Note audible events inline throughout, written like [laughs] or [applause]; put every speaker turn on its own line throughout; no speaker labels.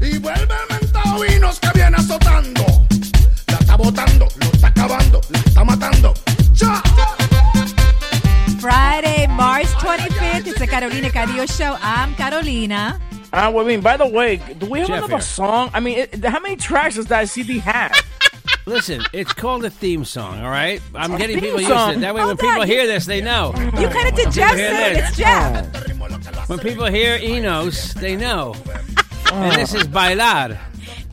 Y vuelve el mentado vinos que viene azotando. La está botando, lo está acabando, la está matando. ¡Ya!
Friday, March 25th. It's the Carolina Cadillo Show. I'm Carolina.
Uh, well, I mean, by the way, do we have
Jeff
another
here.
song? I mean, it, how many tracks does that CD have?
Listen, it's called a theme song, all right? I'm
a
getting
theme
people
song.
used to it. That way,
Oh,
when
God,
people
you-
hear this, they know.
You cut it to Jeff
Here it
saying
is.
it's Jeff.
When people hear Enos, they know. And [laughs] this is Bailar.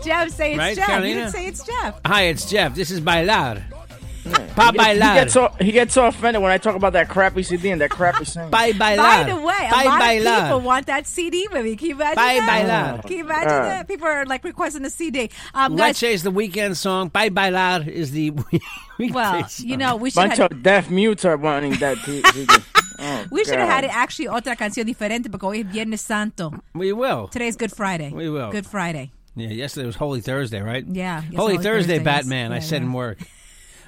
Jeff say it's
Right,
Jeff. You
Carolina?
didn't say it's Jeff.
Hi, it's Jeff. This is Bailar. Pa
He gets,
Bailar.
all, he gets so offended when I talk about that crappy CD and that
[laughs]
crappy singer.
Bye Bailar.
By the way, a
Bye
lot
Bailar.
of people want that CD with me. Can you imagine
Bye,
that?
bailar.
Can you imagine that? People are like requesting a CD. Um, guys,
Leche is the weekend song. Bye Bailar is the [laughs] weekday
well,
song.
you know, we should
Bunch
have
of deaf mutes are wanting that P-
[laughs]
CD. Oh,
we should have had
God.
it actually otra canción diferente because hoy es Viernes Santo.
[laughs] We will.
Today's Good Friday.
We will.
Good Friday.
Yeah, yesterday was Holy Thursday, right?
Yeah, yes,
Holy
Holy Thursday,
Thursday,
yes.
Batman, I
Yeah,
said
yeah.
in work.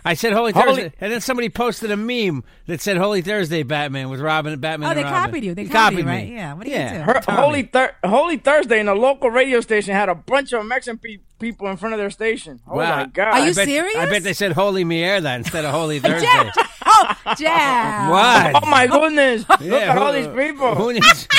I said Holy,
Holy-
Thursday, and then somebody posted a meme that said Holy Thursday, Batman, with Robin, Batman
Oh,
and
they
Robin.
copied you. They
He
copied you,
me.
right? Yeah, what do you do?
Her-
Tommy.
Holy, Thur- Holy Thursday in a local radio station had a bunch of Mexican pe- people in front of their station. Oh,
Wow.
my God.
Are you
I bet, I
serious?
bet they said Holy Mierda instead of
[laughs]
Holy Thursday.
Jeff. Oh, Jeff.
what?
Oh, my goodness.
[laughs]
Look
Yeah,
at all
who-
these people.
who needs- [laughs]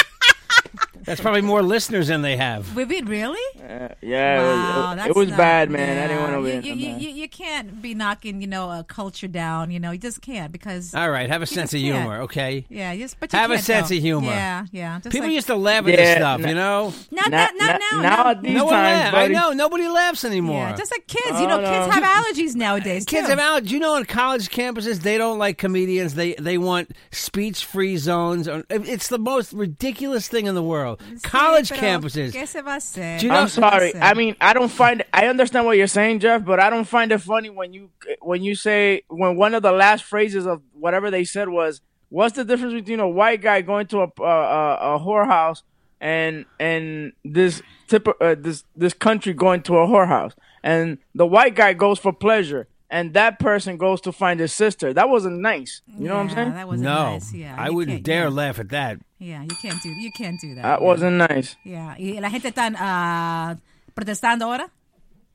that's probably more listeners than they have.
We mean, really?
yeah, it was-
Wow,
it was,
that's not-
bad, man. I didn't
yeah.
want to be
You,
in
you,
that.
you, you can't be knocking, you know, a culture down. You know, you just can't because
All right, have a sense of
just can't.
humor, okay?
yeah, you just but you
Have a
can't,
sense
though.
of humor.
Yeah, yeah. Just
People
like,
used to laugh at this
Yeah,
stuff,
no.
you know?
not,
Now-
not, not
now-
now.
now
no.
at these
No one
times,
laughs. I
buddy.
know. Nobody laughs anymore.
Yeah, just like kids. You know,
Oh,
kids
no.
have allergies nowadays.
Kids
too.
have out. You know, on college campuses, they don't like comedians. They they want speech free zones. Or- It's the most ridiculous thing in the world. college
Pero, ¿Qué
campuses.
se va a hacer?
Do you know-
I'm sorry.
Listen.
I mean, I don't find. I understand what you're saying, Jeff, but I don't find it funny when you when you say when one of the last phrases of whatever they said was, "What's the difference between a white guy going to a a, a, a whorehouse and and this tip, uh, this this country going to a whorehouse?" And the white guy goes for pleasure, and that person goes to find his sister. That wasn't nice. You know what I'm
Yeah,
saying?
That
No,
wasn't nice. Yeah,
I
you
wouldn't
can't-
dare
Yeah,
laugh at that.
yeah, you can't do. You can't do that.
That wasn't nice.
Yeah, y la gente están ah, protestando ahora.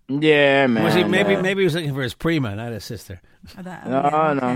Yeah, man.
Was he maybe
man.
maybe he was looking for his prima, not his
[laughs]
sister?
Oh no.
Oh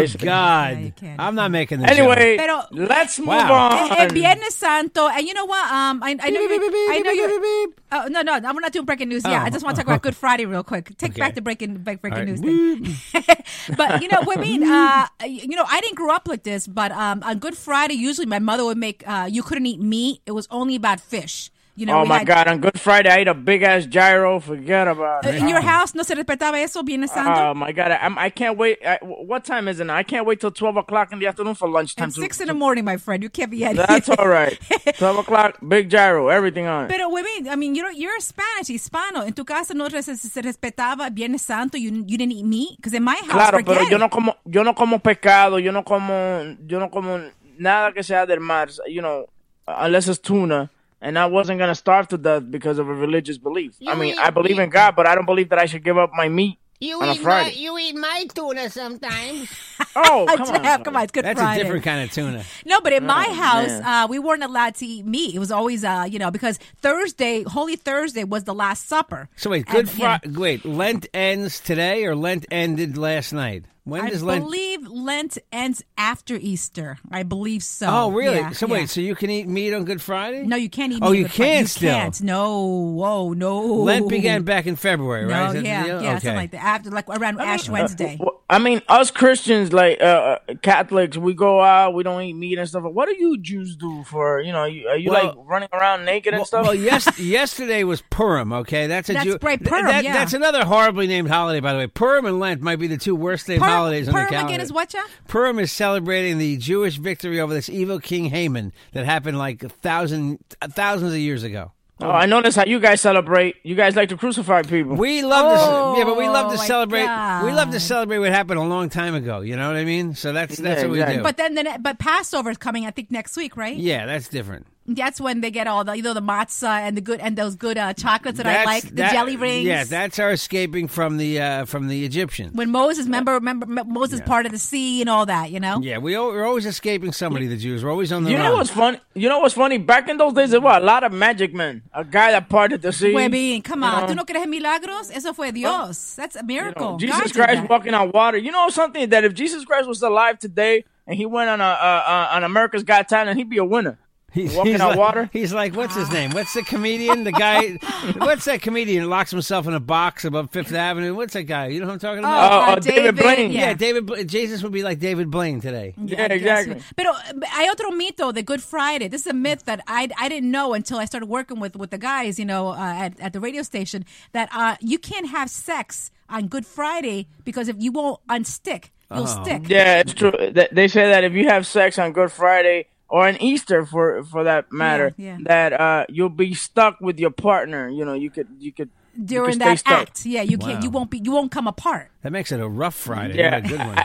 It's- it's-
God!
you can't.
I'm not making this.
Anyway,
Pero- Eh,
let's move
Wow.
on.
El, el Viernes Santo, and you know what? Um, I, I know you. I know you. Oh no, no, I'm not doing breaking news. Yeah, I just want to talk
Oh.
about Good Friday real quick. Take
Okay.
back the breaking back breaking
right.
news. [laughs] Thing. but you know, what I mean, uh, you know, I didn't grow up like this, but um, on Good Friday, usually my mother would make. Uh, you couldn't eat meat. It was only about fish. You know.
oh
we
my
had-
God! On Good Friday, I ate a big ass gyro. Forget about it.
In your house, no se respetaba eso, Viernes Santo.
Oh my God! I, I'm, I can't wait. I, what time is it? Now? I can't wait till twelve o'clock in the afternoon for lunchtime.
At six in the morning, my friend. You can't be out here.
That's all right. twelve o'clock, big gyro, everything on. it.
[laughs] Pero, women, I mean, you're, you're Spanish, Hispano. En tu casa no res- se respetaba Viernes Santo. You, you didn't eat meat? Because in my house,
Claro,
forget
pero yo
it.
no como, yo no como pescado, yo no como, yo no como nada que sea del mar. You know, unless it's tuna. And I wasn't gonna starve to death because of a religious belief. I
You
mean,
eat
I believe in
meat.
God, but I don't believe that I should give up my meat
You
on a
eat my,
Friday.
you eat my tuna sometimes.
[laughs]
[laughs]
Oh,
Ah,
come
Jeff,
on!
[laughs] come on, it's Good
That's
Friday.
a different kind of tuna.
No, but in
Oh,
my house,
man.
uh, we weren't allowed to eat meat. It was always, uh, you know, because Thursday, Holy Thursday, was the Last Supper.
So wait, Good
And, yeah.
Friday. Wait, Lent ends today, or Lent ended last night? When
I
does Lent?
believe Lent ends after Easter. I believe so.
oh, really?
Yeah,
so
yeah.
wait, so you can eat meat on Good Friday?
no, you can't eat.
Oh,
meat
you
with Lent.
can't
You
still.
can't. No, whoa, no.
Lent began back in February, right?
No,
Is that the
yeah,
deal?
yeah,
okay.
something like that. After, like around Ash Wednesday.
Well, I mean, us Christians, like uh, uh, Catholics, we go out, we don't eat meat and stuff. What do you Jews do for? You know, you, are you
Well-
like running around naked and
Well,
stuff?
well, yes, [laughs] yesterday was Purim. Okay, that's a
That's
Jew-
right,
th-
Purim,
that-
yeah.
That's another horribly named holiday, by the way. Purim and Lent might be the two worst named
Purim-
holidays on the
Purim
calendar.
again is what, Jeff?
Purim is celebrating the Jewish victory over this evil king Haman that happened like a thousand thousands of years ago.
oh, I know that's how you guys celebrate. You guys like to crucify people.
We love to, yeah, but we love
Oh,
to
my
celebrate. We love to
God.
celebrate what happened a long time ago. You know what I mean? So that's that's
Yeah,
what we
exactly.
do.
But then, the, ne- but Passover is coming. I think next week, right?
yeah, that's different.
That's when they get all the you know the matzah and the good and those good uh, chocolates that I
That's-
like, the
that-
jelly rings.
Yeah, that's our escaping from the uh, from the Egyptians.
when Moses, remember, remember M- Moses part of the sea and all that, you know.
Yeah, we al- we're always escaping somebody. The Jews. We're always on the
You
run.
know
Uh-huh.
what's funny? You know what's funny? Back in those days, there were a lot of magic men. A guy that parted the sea.
Webin, come on. ¿Tú no crees en milagros? Eso fue Dios. That's a
you know,
miracle. God
Jesus
did
Christ
that.
walking on water. You know something that if Jesus Christ was alive today and he went on a uh, uh, on America's Got Talent, he'd be a winner.
He's,
Walking
he's
on
like,
water?
He's like, what's his name? What's the comedian? The
[laughs]
guy? what's that comedian? that Locks himself in a box above Fifth Avenue. What's that guy? You know what I'm talking
Oh,
about?
uh, David Blaine.
yeah. David. Bla- Jesus would be like David Blaine today.
Yeah, exactly.
Pero but hay otro mito de Good Friday. This is a myth that I, I didn't know until I started working with, with the guys, you know, uh, at, at the radio station, that uh, you can't have sex on Good Friday because if you won't unstick, you'll
Oh,
stick.
Yeah, it's true. Th- They say that if you have sex on Good Friday or on Easter, for for that matter,
Yeah, yeah.
that uh, you'll be stuck with your partner. You know, you could you could you could
During
stay
that
stuck.
act, yeah, you can't. You won't be. You won't come apart.
That makes it a rough Friday.
Yeah.
not a good one.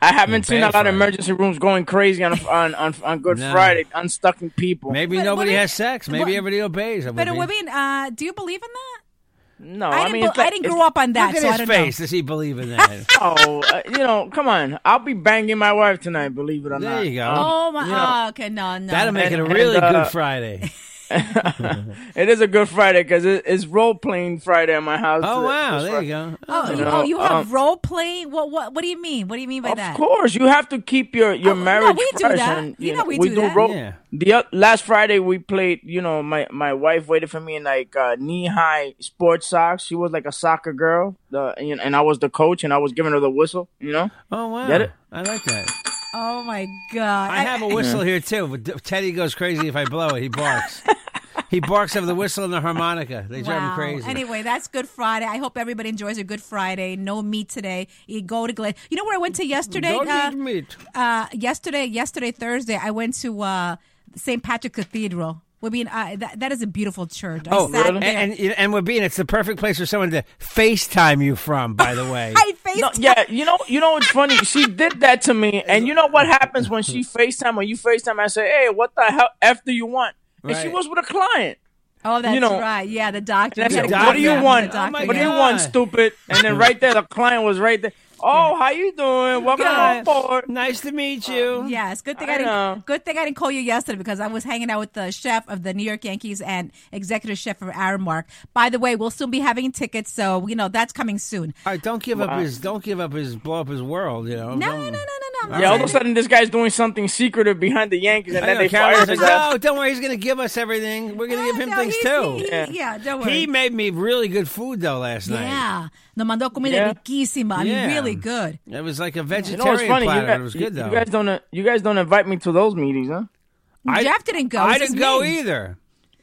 I haven't seen a
bad
lot of
Friday.
emergency rooms going crazy on on on, on Good
No.
Friday, unstucking people.
Maybe
But
nobody
women-
has sex. Maybe
but-
everybody obeys. That
But
would be-
Webin, uh, do you believe in that?
Oh,
no,
I,
I,
didn't.
mean,
be-
it's like-
I didn't
it's-
grow up on that,
Look
so I
at
don't
his
know.
face. Does he believe in that?
[laughs]
Oh, uh, you know, come on! I'll be banging my wife tonight. Believe it or
There
not.
you go.
Oh my!
Yeah.
oh, okay, no, no.
That'll make it a
And-
really
and, uh,
good
[laughs]
Friday.
It is a good Friday because it, it's role playing Friday at my house.
Oh
today.
wow!
That's
There
right.
you go.
Oh, you,
No,
oh, you have
um,
role playing. What? What? What do you mean? What do you mean by
Of
that?
course, you have to keep your your
Oh, no,
marriage.
we do
first
that.
and,
You know we
we
do
do.
that.
ro-
Yeah.
The o- last Friday we played. You know, my my wife waited for me in like uh, knee high sports socks. She was like a soccer girl, the, and, and I was the coach, and I was giving her the whistle. You know,
Oh wow!
Get it?
I like that.
Oh my god!
I have a whistle here too. But D- Teddy goes crazy if I blow it. He
[laughs]
barks. he barks over the whistle and the harmonica. They drive him
Wow.
crazy.
Anyway, that's Good Friday. I hope everybody enjoys a Good Friday. No meat today. You go to Glen. You know where I went to yesterday?
Don't
uh,
eat meat.
uh, yesterday, yesterday Thursday, I went to uh, St. Patrick Cathedral. I mean, uh, that, that is a beautiful church.
Oh,
I sat
and,
there.
and and we're being it's the perfect place for someone to FaceTime you from. By
[laughs]
the way,
I faced.
No, yeah, you know, you know what's funny? She did that to me, and you know what happens when she Facetime or you Facetime? I say, hey, what the hell f do you want? And she
Right.
was with a client.
Oh, that's
you know-
right. Yeah, the doctor.
And I
We had
said,
a
what do you
conversation
want?
with the doctor,
Oh my
what do
yeah.
you
God.
want, stupid? And then right there, the client was right there. Oh, how you doing? Welcome
Hi.
on board.
nice to meet you.
Yes, good thing I,
I
didn't.
know.
Good thing I didn't call you yesterday because I was hanging out with the chef of the New York Yankees and executive chef of Aramark. By the way, we'll soon be having tickets, so you know that's coming soon.
All right, don't give up his don't give up his blow up his world. You know.
No,
Don't-
no, no, no, no. I'm
Yeah, all of a
sorry.
sudden, this guy's doing something secretive behind the Yankees, and
I
then
know, "Oh,
they
Carol's
fired
like,
his ass.
no, don't worry. He's going to give us everything. We're going to
Yeah,
give him
no,
things
he's-
too.
he-
Yeah.
yeah, don't worry.
He made me really good food though last night.
yeah, no mandó comida
Yeah.
riquísima. I mean,
Yeah.
really good.
It was like a
You know
vegetarian
what's funny? You
platter.
guys,
it was
you-
good though.
you guys don't uh, you guys don't invite me to those meetings, huh?
I-
Jeff didn't go. It
I
was just
didn't go
me.
either.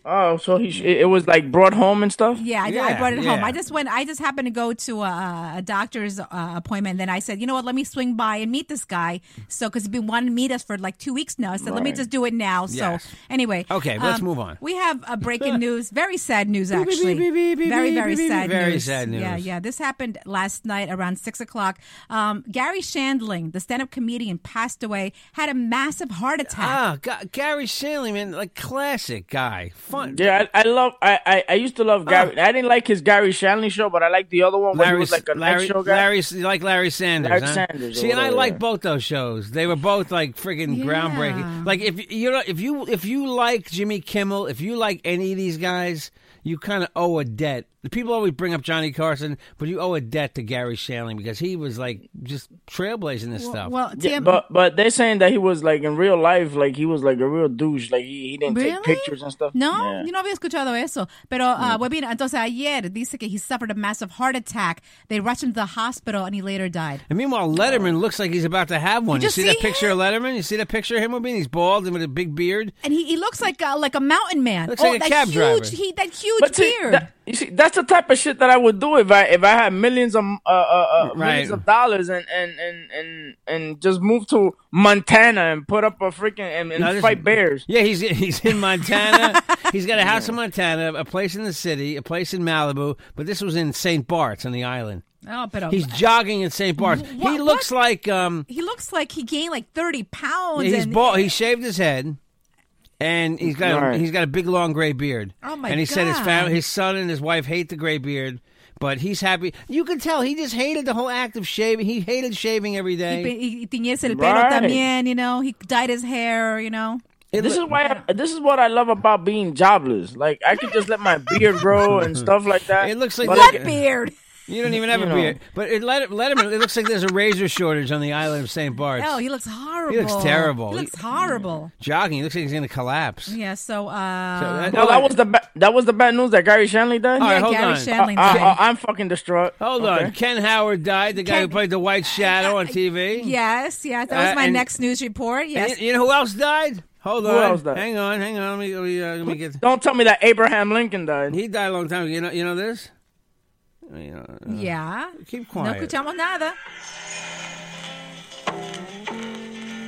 Oh, so he sh- it it was like brought home and stuff.
Yeah, I, did- I
Yeah,
brought it home.
yeah.
I just went. I just happened to go to a, a doctor's uh, appointment. And then I said, you know what? Let me swing by and meet this guy. So because he's been wanting to meet us for like two weeks now, I said, let me just do it now.
Yes.
So anyway, um,
Okay, let's move on.
We have a
[laughs]
breaking news. Very sad news,
beep,
actually.
beep, beep, beep,
Very
beep,
very
beep, beep.
sad.
Very
news.
sad
Yeah,
news.
yeah. This happened last night around six o'clock. Um, Gary Shandling, the stand-up comedian, passed away. Had a massive heart attack.
Ah, Ga- Gary Shandling, man, like classic guy. fun.
Yeah, I, I love. I, I I used to love Gary. I didn't like his Gary Shanley show, but I liked the other one where
Ah.
he
Larry,
was like a night
Larry,
show guy.
Larry, you like Larry Sanders.
Larry
huh?
Sanders or
See, and I
whatever,
like
yeah.
both those shows. They were both like friggin'
Yeah.
groundbreaking. Like if you know, if you if you like Jimmy Kimmel, if you like any of these guys, you kind of owe a debt. The People always bring up Johnny Carson, but you owe a debt to Gary Shanley because he was like just trailblazing this stuff.
Well, TM,
Yeah, but but they're saying that he was like in real life, like he was like a real douche, like he, he didn't
Really?
take pictures and stuff.
No,
Yeah.
yo no había escuchado eso. Pero, uh, well, mira, entonces ayer dice que he suffered a massive heart attack. They rushed him to the hospital and he later died.
and meanwhile, Letterman looks like he's about to have one. You,
just
see,
see
that picture of Letterman? You see that picture of him with me? He's bald and with a big beard.
And he, he looks like a, like a mountain man.
Looks
oh,
like a
that
cab
huge,
driver.
He, that huge
But see,
beard.
that- you see, that's the type of shit that I would do if I if I had millions of uh, uh, uh, millions
Right.
of dollars and and, and and and just move to Montana and put up a freaking and, and
No, this-
fight bears.
Yeah, he's he's in Montana.
[laughs]
he's got a house in Montana, a place in the city, a place in Malibu, but this was in St. Bart's on the island.
oh, pero,
He's jogging in St. Bart's. he
what-
looks
what?
like um
he looks like he gained like 30 pounds.
he's
and,
bald. He shaved his head. And he's got
Right.
a, he's got a big long gray beard.
Oh, my
And he said his
God.
family, his son and his wife hate the gray beard, but he's happy. You can tell he just hated the whole act of shaving. He hated shaving every
Y,
day.
pe- y- y teñirse el pelo
Right.
también, you know. He dyed his hair, you know.
This is why I, this is what I love about being jobless. Like I could just let my beard grow
[laughs]
and stuff like that.
It looks like
But
that-
That beard.
You don't even have
You
a
know.
beard. But it, Let- Letterman, it looks like there's a razor shortage on the island of St. Bart's.
Oh, he looks horrible.
terrible.
He looks horrible.
jogging. He looks like he's going to collapse.
Yeah, so, uh,
So that-
well, that was the ba- that was the bad news that Gary Shanley died.
All right, hold
Gary
on.
Shandling.
I,
died.
am fucking distraught.
Uh, Hold on. Ken Howard died, the guy who
Ken-
played the White Shadow on TV.
Yes, yes. That was
Mm. Uh,
my
and-
next news report.
And
Yes.
you, you know who else died? Hold
Who
on.
else died?
Hang on, hang on. Let me, let me, uh, let me get.
Don't tell me that Abraham Lincoln died.
He died a long time ago. You know, you know this? You know, uh,
yeah.
keep
No
quiet.
escuchamos nada.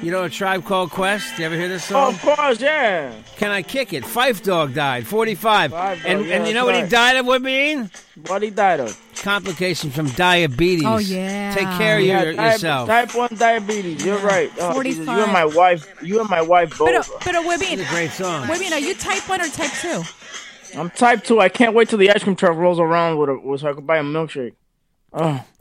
you know a tribe called Quest? You ever hear this
Oh,
song?
of course, yeah.
Can I kick it? Fife Dog died, 45.
Oh. Fife Dog,
and
yeah,
and you know
that's
what he
right.
died of, Woodbean?
What he died of?
Complications from diabetes.
Oh, yeah.
Take care of
Yeah,
your,
type,
yourself.
Type one diabetes. You're right. Oh, Jesus, you
45.
and my wife. You and my wife
Pero,
both.
pero, uh, Webin,
It's a great song.
Webin, are you type one or type two?
I'm type two. I can't wait till the ice cream truck rolls around with a so I can buy a milkshake.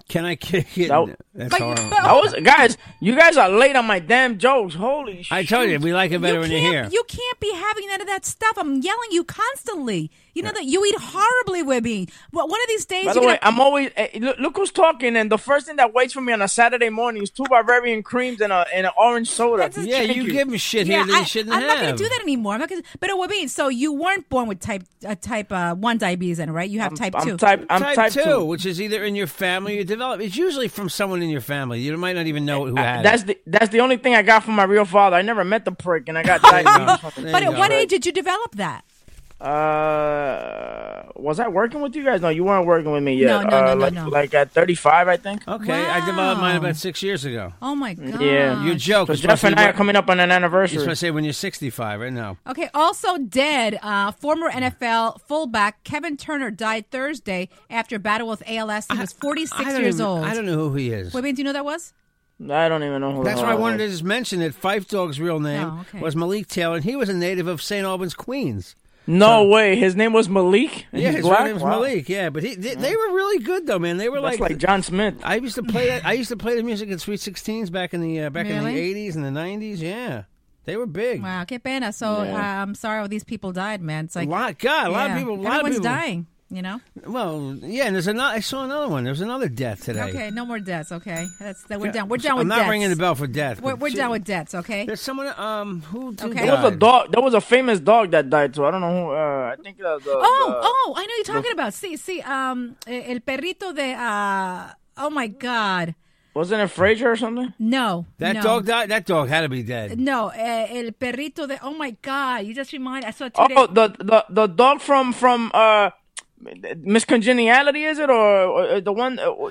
Can I kick it?
That-
That's
But,
horrible.
but
I was guys. You guys are late on my damn jokes. Holy shit!
I told you, we like it better
you
when you're
can't,
here.
you can't be having none of that stuff. I'm yelling you constantly. You know that you eat horribly, Webin. Well, one of these days,
By
you're
the way,
gonna,
I'm always eh, look, look who's talking, and the first thing that waits for me on a Saturday morning is two Bavarian creams and a and an orange soda.
That's a-
yeah,
Thank
you, give him shit
yeah,
here that
I,
you shouldn't
I'm
have.
not going to do that anymore. I'm not going to. But uh, Webin, so you weren't born with type uh, type uh, one diabetes, then, right? You have type two.
I'm type. I'm
type, two, which is either in your family or develop. It's usually from someone in your family. You might not even know who had
Uh, That's
it.
the that's the only thing I got from my real father. I never met the prick, and I got
go.
diabetes.
[laughs] There
but
you
at
go.
what age did you develop that?
Uh, was I working with you guys? No, you weren't working with me yet.
No, no, no,
uh,
no,
like,
no.
like at 35, I think.
Oh, Okay, I developed mine
Wow.
about six years ago.
Oh my god!
Yeah.
You joke.
So
it's
Jeff
supposed to
and
be
I are
what-
coming up on an
You're
anniversary.
supposed to say when you're 65, right? No.
Okay, also dead, uh, former NFL fullback Kevin Turner died Thursday after a battle with ALS. He was 46
I don't
years
even-
old.
I don't know who he is.
Wait, wait, do you know who that was?
I don't even know who.
That's
the
why I
hell
wanted
that
to just mention that Fife Dog's real name
Oh, okay.
was Malik Taylor, and he was a native of St. Albans, Queens.
was. No way. His name was Malik. and
Yeah,
he's
his
black?
real name's
Wow.
Malik. Yeah, but he, they, they were really good though, man. They were
That's
like
like John Smith.
I used to play that. I used to play the music in Sweet Sixteens back in the uh, back in the
Really?
eighties and the nineties. Yeah, they were big.
Wow, que pena. So uh, I'm sorry all these people died, man. It's
A
like
lot, God, a lot
yeah,
of people. A lot
everyone's
of people.
dying. You know.
Well, yeah, and there's another. I saw another one. There was another death today.
Okay, no more deaths. Okay, that's that. We're done. We're
I'm
done with.
not
deaths.
ringing the bell for death.
We're,
but
we're
she-
done with deaths. Okay.
There's someone um who did
Okay.
die.
There
There was a dog. There was a famous dog that died too. I don't know who. Uh, I think uh, the.
Oh,
the-
oh, I know you're talking about. See, see, um, el perrito de. Uh, oh my God,
Wasn't it Frazier or something?
no.
That
no.
dog died. That dog had to be dead.
No, eh, el perrito de. Oh my God! You just remind. I saw today.
Oh, the the the dog from from uh, Miss Congeniality is it or, or the one? Uh,
Oh,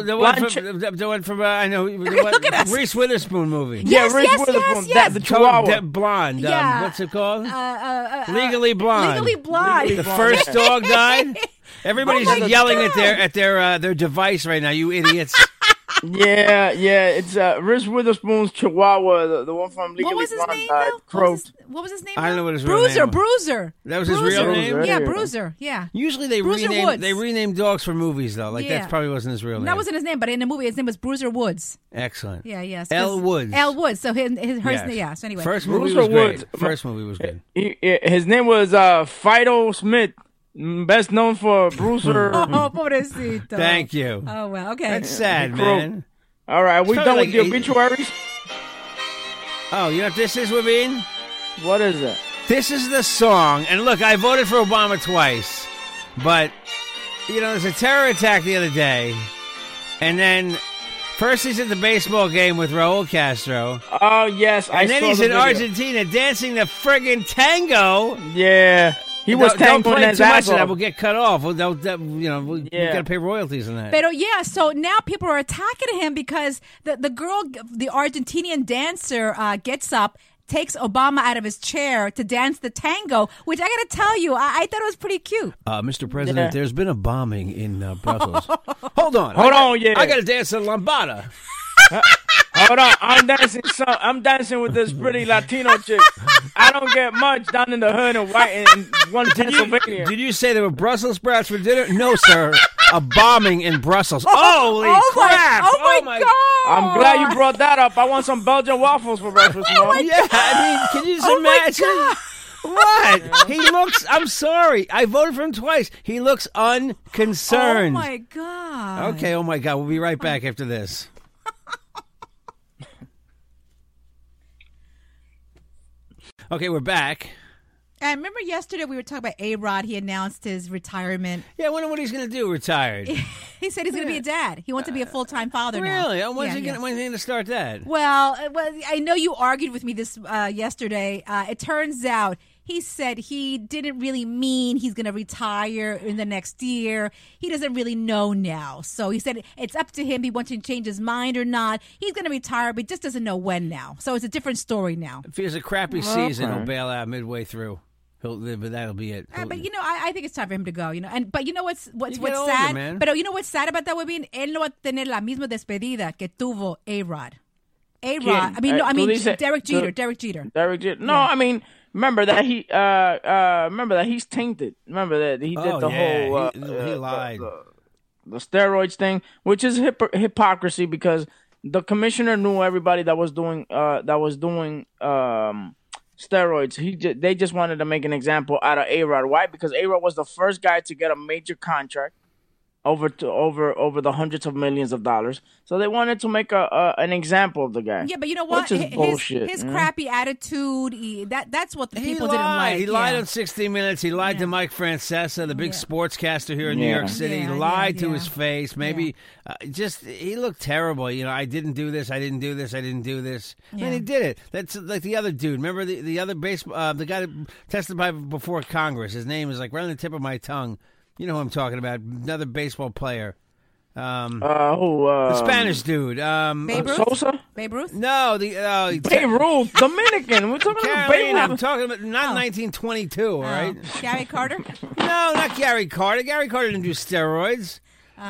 that
the one
blonde
from
chick-
the, the one from uh, I
[laughs]
know the one,
look at us.
Reese Witherspoon movie.
yeah,
Yes,
Reese
yes,
Witherspoon,
yes,
that- the
yes.
Chihuahua.
That blonde. um,
Yeah.
what's it called?
uh, uh, uh,
Legally Blonde.
Legally blonde.
The first dog
[laughs]
died. Everybody's
Oh my
yelling at their
God. [laughs]
at their uh, their device right now. You idiots!
yeah, yeah. It's uh, Reese Witherspoon's Chihuahua, the, the one from Legally
What was his
Blonde,
name
died,
though? What was,
croaked.
his, what was his name?
I don't
though?
know what his real
Bruiser,
name was.
Bruiser.
That was his
Bruiser.
real name?
Yeah,
Yeah.
Bruiser. Yeah.
Usually they
Bruiser
rename
Woods.
they rename dogs for movies though. Like
Yeah.
that probably wasn't his real name.
That wasn't his name, but in the movie, his name was Bruiser Woods.
excellent.
Yeah, yes. 'cause-
L Woods.
L Woods. So his, his her name. Yeah. So anyway,
first movie
Bruiser
was great.
Woods.
First movie was good.
He, he- his name was uh, Fido Smith, mm, best known for
[laughs]
Bruiser.
[laughs] Oh, pobrecito.
Thank you.
Oh well. Okay.
That's sad,
Crow.
man.
All right, we
It's
done
probably
with the
like eight-
obituaries.
Oh, you know what this is, Wabin?
What is it?
This is the song. And look, I voted for Obama twice, but you know, there's a terror attack the other day, and then first he's at the baseball game with Raul Castro,
Oh yes, I
and then
saw
he's
the
in
video.
Argentina dancing the friggin' tango.
Yeah, he was
don't, don't
tangoing
play
his
too much
ass
of that.
off.
We'll get cut off. We'll, they'll- they'll- you know, we
Yeah.
got to pay royalties on that.
But yeah, so now people are attacking him because the, the girl, the Argentinian dancer, uh, gets up, takes Obama out of his chair to dance the tango, which I gotta tell you, I, I thought it was pretty cute.
Uh, Mr. President,
Yeah.
there's been a bombing in uh,
[laughs]
Brussels. Hold on.
Hold
I got-
on, yeah.
I got to dance a lambada.
Hold on, I'm dancing. Some, I'm dancing with this pretty Latino chick. I don't get much down in the hood and white in in one Pennsylvania.
Did you say there were Brussels sprouts for dinner? No, sir. a bombing in Brussels. Holy
[laughs] oh
crap.
My, oh, my god!
I'm
Oh.
glad you brought that up. I want some Belgian waffles for breakfast. Mom.
Yeah, I mean, can you just
Oh my
imagine?
[laughs]
What? He looks, I'm sorry. I voted for him twice. He looks
Oh
unconcerned.
my god!
okay, oh my God. We'll be right back after this. Okay, we're back.
I remember yesterday we were talking about A Rod. He announced his retirement.
Yeah, I wonder what he's going to do retired.
He said he's gonna be a dad. He wants to be a full time father now.
Really? Oh, when's
Yeah,
he
yeah.
gonna, when's he going to start that?
Well, uh, well, I know you argued with me this uh, yesterday. Uh, it turns out he said he didn't really mean he's going to retire in the next year. He doesn't really know now. So he said it's up to him. He wants to change his mind or not. He's going to retire, but just doesn't know when now. So it's a different story now.
If he has a crappy season, he'll bail out midway through. He'll, but that'll be it.
Uh, but you know, I, I think it's time for him to go. You know, and but you know what's what's
You get
what's
older,
sad.
man.
But oh, you know what's sad about that would be él no va a tener la misma despedida que tuvo A Rod. A Rod.
¿Quién?
I mean, no,
Uh,
I
tú
mean
dices-
Derek
tú-
Jeter. Derek Jeter.
Derek Jeter. No, I mean, remember that he. Uh, uh, remember that he's tainted. Remember that he did
Oh,
the
yeah.
whole. Uh,
He-
uh,
he
the-
lied.
The, the steroids thing, which is hypo- hypocrisy, because the commissioner knew everybody that was doing uh, that was doing um, steroids. He ju- they just wanted to make an example out of A Rod. Why? Because A Rod was the first guy to get a major contract over to over over the hundreds of millions of dollars. So they wanted to make a, a an example of the guy.
Yeah, but you know what?
Which is
Hi- his
bullshit.
his
you know?
crappy attitude. He, that that's what the
he
people
lied.
didn't like.
he lied
yeah.
on 60 Minutes. He lied to Mike Francesa, the big sportscaster here in New
Yeah.
York City.
Yeah,
he
yeah,
lied to
yeah.
his face. Maybe uh, just he looked terrible. You know, I didn't do this. I didn't do this. I didn't do this. And he did it. That's like the other dude. Remember the, the other baseball uh, the guy that testified before Congress. His name is like right on the tip of my tongue. You know who I'm talking about? Another baseball player. Um,
Uh, who? Uh,
the Spanish dude. Um,
Babe Ruth.
Sosa?
Babe Ruth.
no, the uh,
Beirut, Dominican. We're talking
Carolina.
about
I'm
Beirut.
talking about not 1922. All
Oh,
right.
Gary Carter.
No, not Gary Carter. Gary Carter didn't do steroids.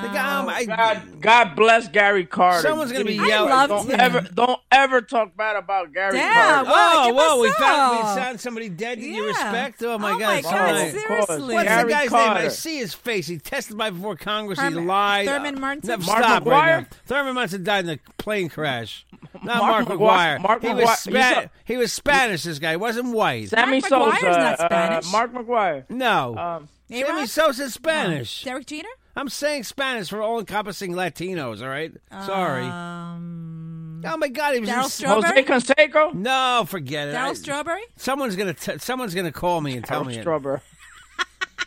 the guy, um, I-
Oh, God, God bless Gary Carter.
Someone's gonna be
Don't
yelling.
I loved
Don't
him.
ever, don't ever talk bad about Gary
Damn.
Carter.
Wow,
oh,
give
whoa,
us
we found
up.
we found somebody dead that
Yeah.
you respect. Oh my
Oh,
God,
my
it's
God,
all
of course.
seriously.
What's
Gary
the guy's name? I
Carter.
see his face. He testified before Congress. he
Herman-
lied.
Thurman Munson?
No,
Mark
stop right
McGuire?
now. Thurman Munson died in a plane crash. Not Mark,
Mark
McGuire.
McGuire- Mark
he, was
McGuire- you
Spa-
saw-
he was Spanish. This guy he wasn't white.
Sammy
Mark
Sosa.
McGuire's not
uh,
Spanish.
Mark McGuire.
no.
Um,
Sammy
A-Rod?
Sosa's Spanish.
Derek Jeter.
I'm saying Spanish for all encompassing Latinos, all right? Sorry.
Um,
oh my God, he was
Daryl
in-
Strawberry?
Jose Canseco.
No, forget it. I-
Daryl Strawberry.
Someone's gonna t- someone's gonna call me and tell me.
Daryl
it.
Strawberry.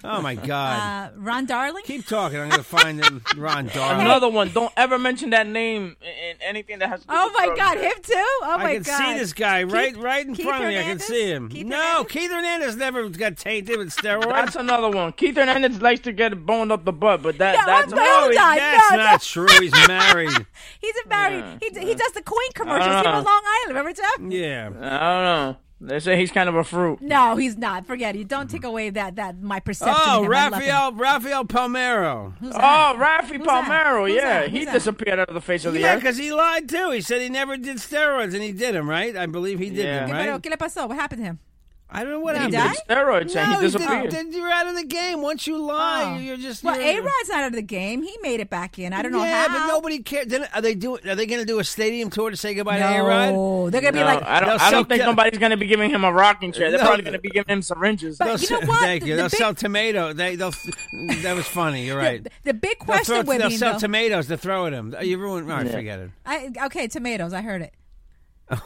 Oh my God.
Uh, Ron Darling.
Keep talking. I'm gonna find him,
[laughs]
Ron Darling.
Another one. Don't ever mention that name in- in anything that has. To do
Oh
with
my
drugs.
God, him too. Oh
I
my
can
God.
see this guy right right in
Keith
front of me. I
Hernandez?
can see him.
Keith
no,
Hernandez?
Keith Hernandez never got tainted with steroids.
That's another one. Keith Hernandez likes to get boned up the butt, but that
Yeah,
that's
I'm glad-
no, he-
No, no.
[laughs] that's not true. He's married.
[laughs] He's a married. He, d- he does the Queen commercials. He was Long Island. Remember, Jeff?
Yeah.
I don't know. They say he's kind of a fruit.
No, he's not. Forget it. Don't take away that that my perception.
Oh,
of him. I love him.
Raphael, Raphael Palmero.
Who's
Oh,
that?
Rafi
Who's that?
Palmero.
Who's
Yeah,
that?
he
Who's that?
disappeared out of the face of the
Yeah,
earth.
because he lied too. He said he never did steroids, and he did them, right? I believe he did
Yeah.
them,
¿Qué
right?
pero- ¿Qué le pasó? What happened to him?
I don't know what
Did he
happened.
die? Oh.
Did steroids and
No,
he
he
disappeared.
didn't. Then You're out of the game. Once you lie, you're just.
well.
you're-
A Rod's not out of the game. He made it back in. I don't know
yeah,
how.
but nobody cares. Then Are they do? Are they going to do a stadium tour to say goodbye to A Rod?
No, they're gonna
No,
be like.
I don't.
they'll
I
sell
don't think
ki-
nobody's gonna be giving him a rocking chair. They're
No.
probably gonna be giving him syringes.
But you know what?
Thank you.
The
They'll
big-
sell tomato. They, they'll. that was funny. You're right.
The, the big
They'll,
question
throw-
with
they'll
me,
sell
though-
tomatoes to throw at him. You ruined. All right, forget it. [laughs]
I, okay, tomatoes. I heard it.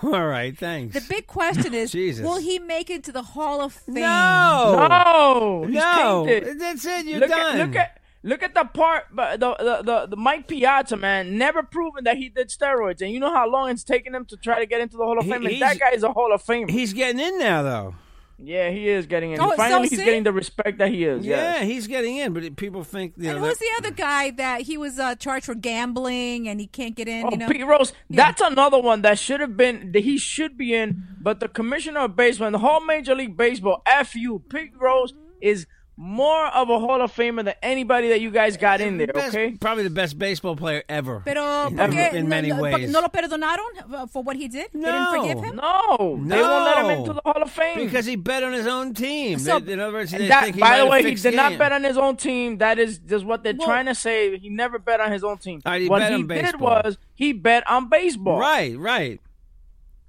All right, thanks.
The
[laughs]
big question is,
Jesus.
will he make it to the Hall of Fame?
no,
no, he's
no.
caved it.
That's it. You're
look
done.
At, look at look at the part, but the the, the the Mike Piazza man never proven that he did steroids, and you know how long it's taken him to try to get into the Hall of
He-
Fame. and
he's-
that guy is a Hall of Famer.
He's getting in now, though.
yeah, he is getting in.
Oh, so
Finally, he's
see?
getting the respect that he is.
Yeah,
yes.
he's getting in, but it- people think you
And
know.
who's
that-
the other guy that he was uh, charged for gambling and he can't get in?
Oh,
you know,
Pete Rose, that's another one that should have been that he should be in, but the commissioner of baseball, and the whole Major League Baseball, f you, Pete Rose is more of a Hall of Famer than anybody that you guys got in there.
best-
Okay,
probably the best baseball player ever.
Pero
in,
¿por qué
in many
no,
ways.
no lo perdonaron uh, for what he did. They didn't forgive him.
no, they won't let him into the Hall of Fame
because he bet on his own team.
So-
They- in other words, they
And that-
think he might
by the
have
way, he
fixed
did not
Ian.
bet on his own team. That is just what they're
Well-
trying to say. He never bet on his own team.
All right, he
what
bet
he
on
did
baseball.
was he bet on baseball.
Right, right.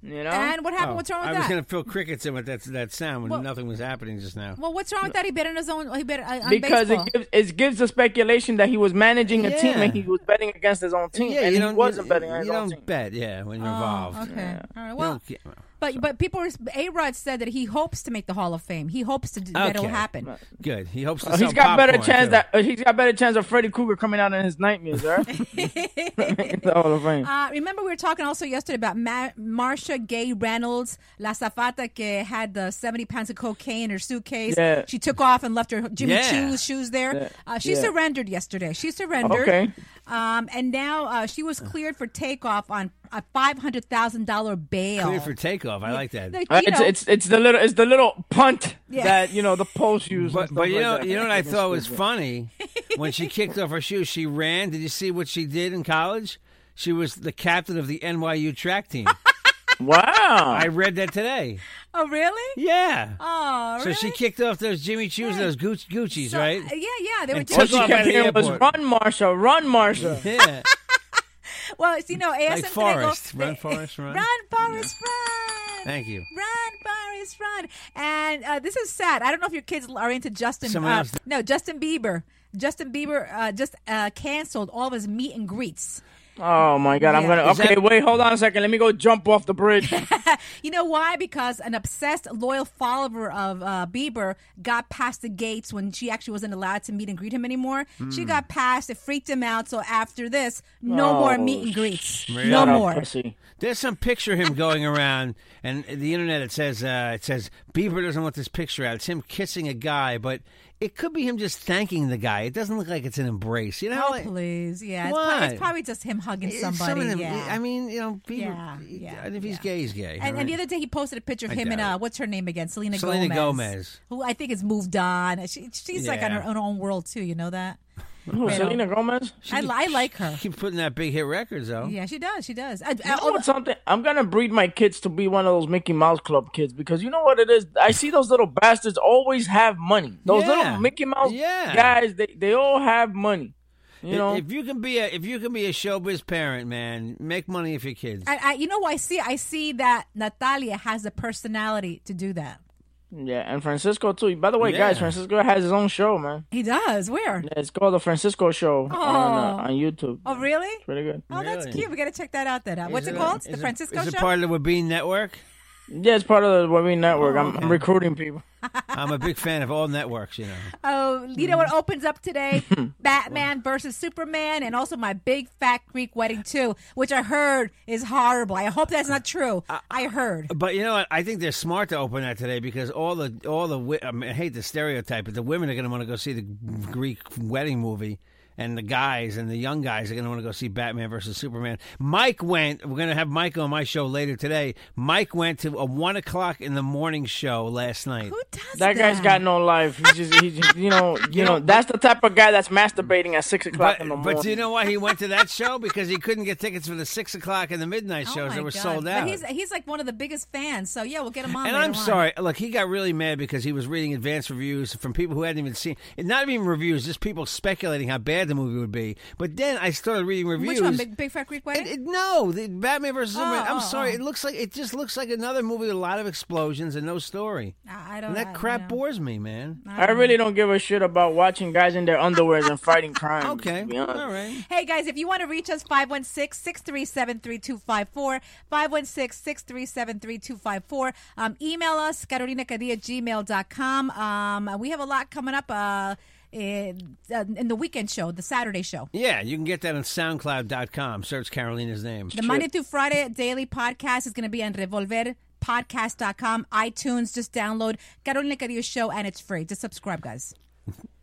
Oh,
You know.
And what happened? what's wrong with
I
that?
was going to feel crickets in with that that sound when
Well-
nothing was happening just now.
Well, what's wrong with that? He bet on his own. He bet on on
because
baseball.
it gives it gives the speculation that he was managing a team
Yeah.
and he was betting against his own team,
yeah,
and
you
he
don't,
wasn't
you,
betting on his
you
own
don't
team.
bet, yeah, when you're involved.
Oh, okay. All right.
You
Well,
don't get-
but but people. A Rod said that he hopes to make the Hall of Fame. He hopes to that it'll
Okay.
happen.
good. He hopes to
Oh, [laughs] he's
sell
got better
popcorn,
chance
too.
that uh, he's got better chance of Freddy Cougar coming out in his nightmares, [laughs]
[laughs]
right? the Hall of Fame.
Uh, remember, we were talking also yesterday about Ma- Marsha Gay Reynolds, La Zafata, que had the 70 pounds of cocaine in her suitcase.
Yeah.
She took off and left her Jimmy
Yeah.
Choo's shoes there.
Yeah.
Uh, she
Yeah.
surrendered yesterday. She surrendered.
Okay.
Um, and now uh, she was cleared for takeoff on a $500,000 bail.
Clear for takeoff. I like that.
Like,
Uh,
you
it's
know,
it's it's the little it's the little punt
Yeah.
that you know the post use.
But, but you know you know what I thought was
[laughs]
funny when she kicked off her shoes. She ran. Did you see what she did in college? She was the captain of the NYU track
[laughs]
team.
Wow.
[laughs] I read that today.
Oh, really?
Yeah.
Oh,
so
really?
she kicked off those Jimmy Choo's, and those Gucci, Gucci's,
So-
right?
Oh, Yeah, yeah. They were
And
doing
All
took
she
off at
kept
the
hearing was
airport.
"Run, Marsha! Run,
[laughs]
Marsha!"
Yeah.
Well, it's, you know, ASM
Like Forrest. Run, Forrest, run.
Run, Forrest, run.
Thank you.
Run, Forrest, run. And uh, this is sad. I don't know if your kids are into Justin.
Someone
uh,
else-
No, Justin Bieber. Justin Bieber uh, just uh, canceled all of his meet and greets.
Oh my God! I'm
Yeah.
gonna.
Is
Okay,
that-
wait. Hold on a second. Let me go jump off the
[laughs]
bridge.
You know why? Because an obsessed, loyal follower of uh, Bieber got past the gates when she actually wasn't allowed to meet and greet him anymore.
Hmm.
She got past. It freaked him out. So after this, no
Oh,
more meet and greets.
really?
No
Shut
What a
more.
pussy.
There's some picture of him going around, and the internet it says uh, it says Bieber doesn't want this picture out. It's him kissing a guy, but it could be him just thanking the guy. It doesn't look like it's an embrace. You know,
Oh,
like-
please. Yeah. It's, probably,
Why?
it's probably just him hugging
It's Eh, some of
somebody.
them-
yeah.
I mean, you know, Bieber.
Yeah, yeah,
and if he's
yeah.
gay, he's gay.
And,
all
and the
right? [laughs]
other day, he posted a picture of
I
him and
doubt
uh,
it.
what's her name again? Selena,
Selena
Gomez,
Gomez.
who I think has moved on. She, she's like on
Yeah.
her own, own world too. You know that?
Who,
Pero-
Selena Gomez.
I, li- I like her.
Keep putting that big hit records though.
Yeah, she does. She does. I, I-
You know
although-
what's something? I'm gonna breed my kids to be one of those Mickey Mouse Club kids because you know what it is. I see those little bastards always have money. Those
Yeah.
little Mickey Mouse
Yeah.
guys, they they all have money. You know,
If you can be a if you can be a showbiz parent, man, make money if your kids.
I, I, you know, I see. I see that Natalia has the personality to do that.
yeah. And Francisco too. By the way,
Yeah.
guys, Francisco has his own show, man.
He does. Where?
Yeah, It's called the Francisco Show on uh, on YouTube.
Oh, really?
Pretty good.
Oh, that's
Really?
cute. We got to check that out. Then, uh, what's it, called? the Francisco
is it
Show.
part of the Wabine Network?
Yeah, it's part of the Webby Network.
Oh,
I'm, I'm recruiting people.
I'm a big fan of all networks. You know,
Oh, you know what opens up
[laughs]
today? Batman versus Superman, and also my big fat Greek wedding too, which I heard is horrible. I hope that's not true.
Uh,
I heard.
but you know what? I think they're smart to open that today because all the um, all the wi- I, mean, I hate the stereotype, but the women are going to want to go see the Greek wedding movie. and the guys and the young guys are going to want to go see Batman versus Superman. Mike went. We're going to have Mike on my show later today. Mike went to a one o'clock in the morning show last night.
Who does
That guy's got no life. He's just, he just,
[laughs]
you know, you know, that's the type of guy that's masturbating at six o'clock
But,
in the morning.
but do you know why he went to
[laughs]
that show? Because he couldn't get tickets for the six o'clock and the midnight
Oh
shows
my
that were
God.
sold out.
But he's he's like one of the biggest fans. So yeah, we'll get him on.
And
later
I'm
on.
sorry. Look, he got really mad because he was reading advanced reviews from people who hadn't even seen, and not even reviews, just people speculating how bad the movie would be. But then I started reading reviews.
Which one? Big, big fat Greek wedding.
It- it- no, the Batman versus Superman.
Oh,
I'm
oh,
sorry.
oh.
It looks like it just looks like another movie with a lot of explosions and no story.
Ah, I I don't.
And
I-
that crap
you know.
bores me, man.
I really don't give a shit about watching guys in their underwears and fighting crime.
Okay,
to be
all
honest.
right.
Hey guys, if you want to reach us, 516-637-3254, 516-637-3254. Um, email us, carolinacadilla gmail.com. Um, we have a lot coming up uh, in, uh, in the weekend show, the Saturday show.
Yeah, you can get that on SoundCloud.com. Search Carolina's name.
The Monday through Friday daily podcast is going to be on Revolver podcast.com itunes just download carolina cadillo show and it's free just subscribe guys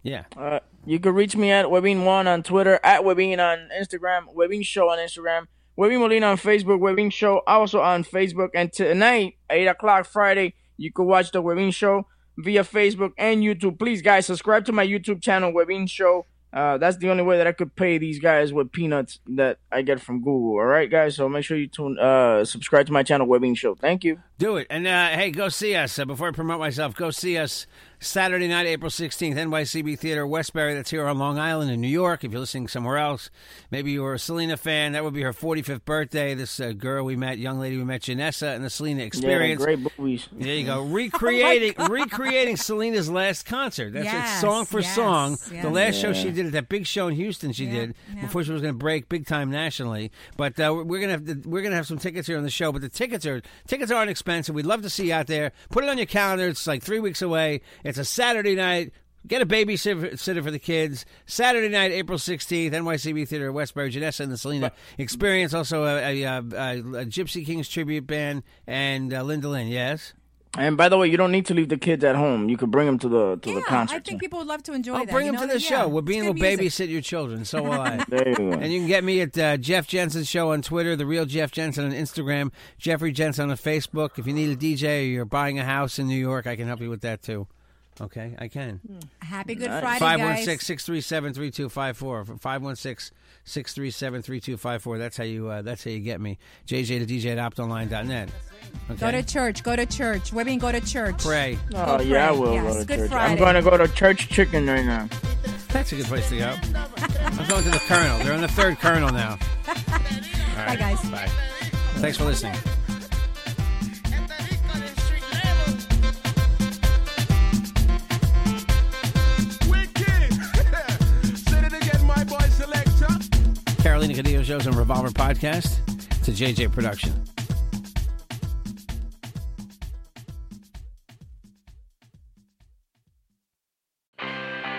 Yeah.
Uh, you can reach me at Webin One on Twitter, at Webin on Instagram, Webin Show on Instagram, Webin Molina on Facebook, Webin Show also on Facebook. And tonight, eight o'clock Friday, you can watch the Webin Show via Facebook and YouTube. Please, guys, subscribe to my YouTube channel, Webin Show. Uh, that's the only way that I could pay these guys with peanuts that I get from Google. All right, guys. So make sure you tune, uh, subscribe to my channel, Webin Show. Thank you.
Do it. And uh, hey, go see us. Uh, before I promote myself, go see us Saturday night, April 16th, NYCB Theater, Westbury. That's here on Long Island in New York. If you're listening somewhere else, maybe you were a Selena fan. That would be her 45th birthday. This uh, girl we met, young lady we met, Janessa, and the Selena
Yeah,
Experience.
great movies.
There you
[laughs]
go.
Oh
Recreating recreating Selena's last concert. That's it,
Yes,
song for
yes,
song.
yes.
The last show she did at that big show in Houston she did
yeah.
before she was going to break big time nationally. But uh, we're going to have to- we're going to have some tickets here on the show, but the tickets are tickets aren't expensive. We'd love to see you out there. Put it on your calendar. It's like 3 weeks away. It's a Saturday night. Get a babysitter sitter for the kids. Saturday night, April 16th, NYCB Theater, Westbury, Janessa and the Selena Experience. Also, a, a, a, a Gypsy Kings tribute band and uh, Linda Lynn, yes?
And by the way, you don't need to leave the kids at home. You could bring them to the to
yeah
the concert.
i think people would love to enjoy
Oh,
that
bring
you
them
know
to the
that- yeah,
show. We're
it's
being
good
will babysit
music.
your children. So will I.
[laughs]
there you go.
And you can get me at uh, Jeff Jensen's show on Twitter, the real Jeff Jensen on Instagram, Jeffrey Jensen on Facebook. If you need a DJ or you're buying a house in New York, I can help you with that too. Okay, I can.
happy good friday Mm. guys.
516 637 3254. 516 637 3254. That's how you uh, that's how you get me. JJ the DJ at optonline.net. Okay.
Go to church. Go to church. Women go to church.
Pray.
Oh
Go
yeah, I
pray.
will
Yes,
go to
Good
church.
Friday.
I'm gonna go to church chicken right now.
That's a good place [laughs] to go. I'm going to the Colonel. They're on the third Colonel now. All right,
guys.
Bye. Thanks for listening.
Wicked. [laughs] Say it again, my boy selector.
Carolina Cadillo shows on Revolver Podcast. It's a JJ production.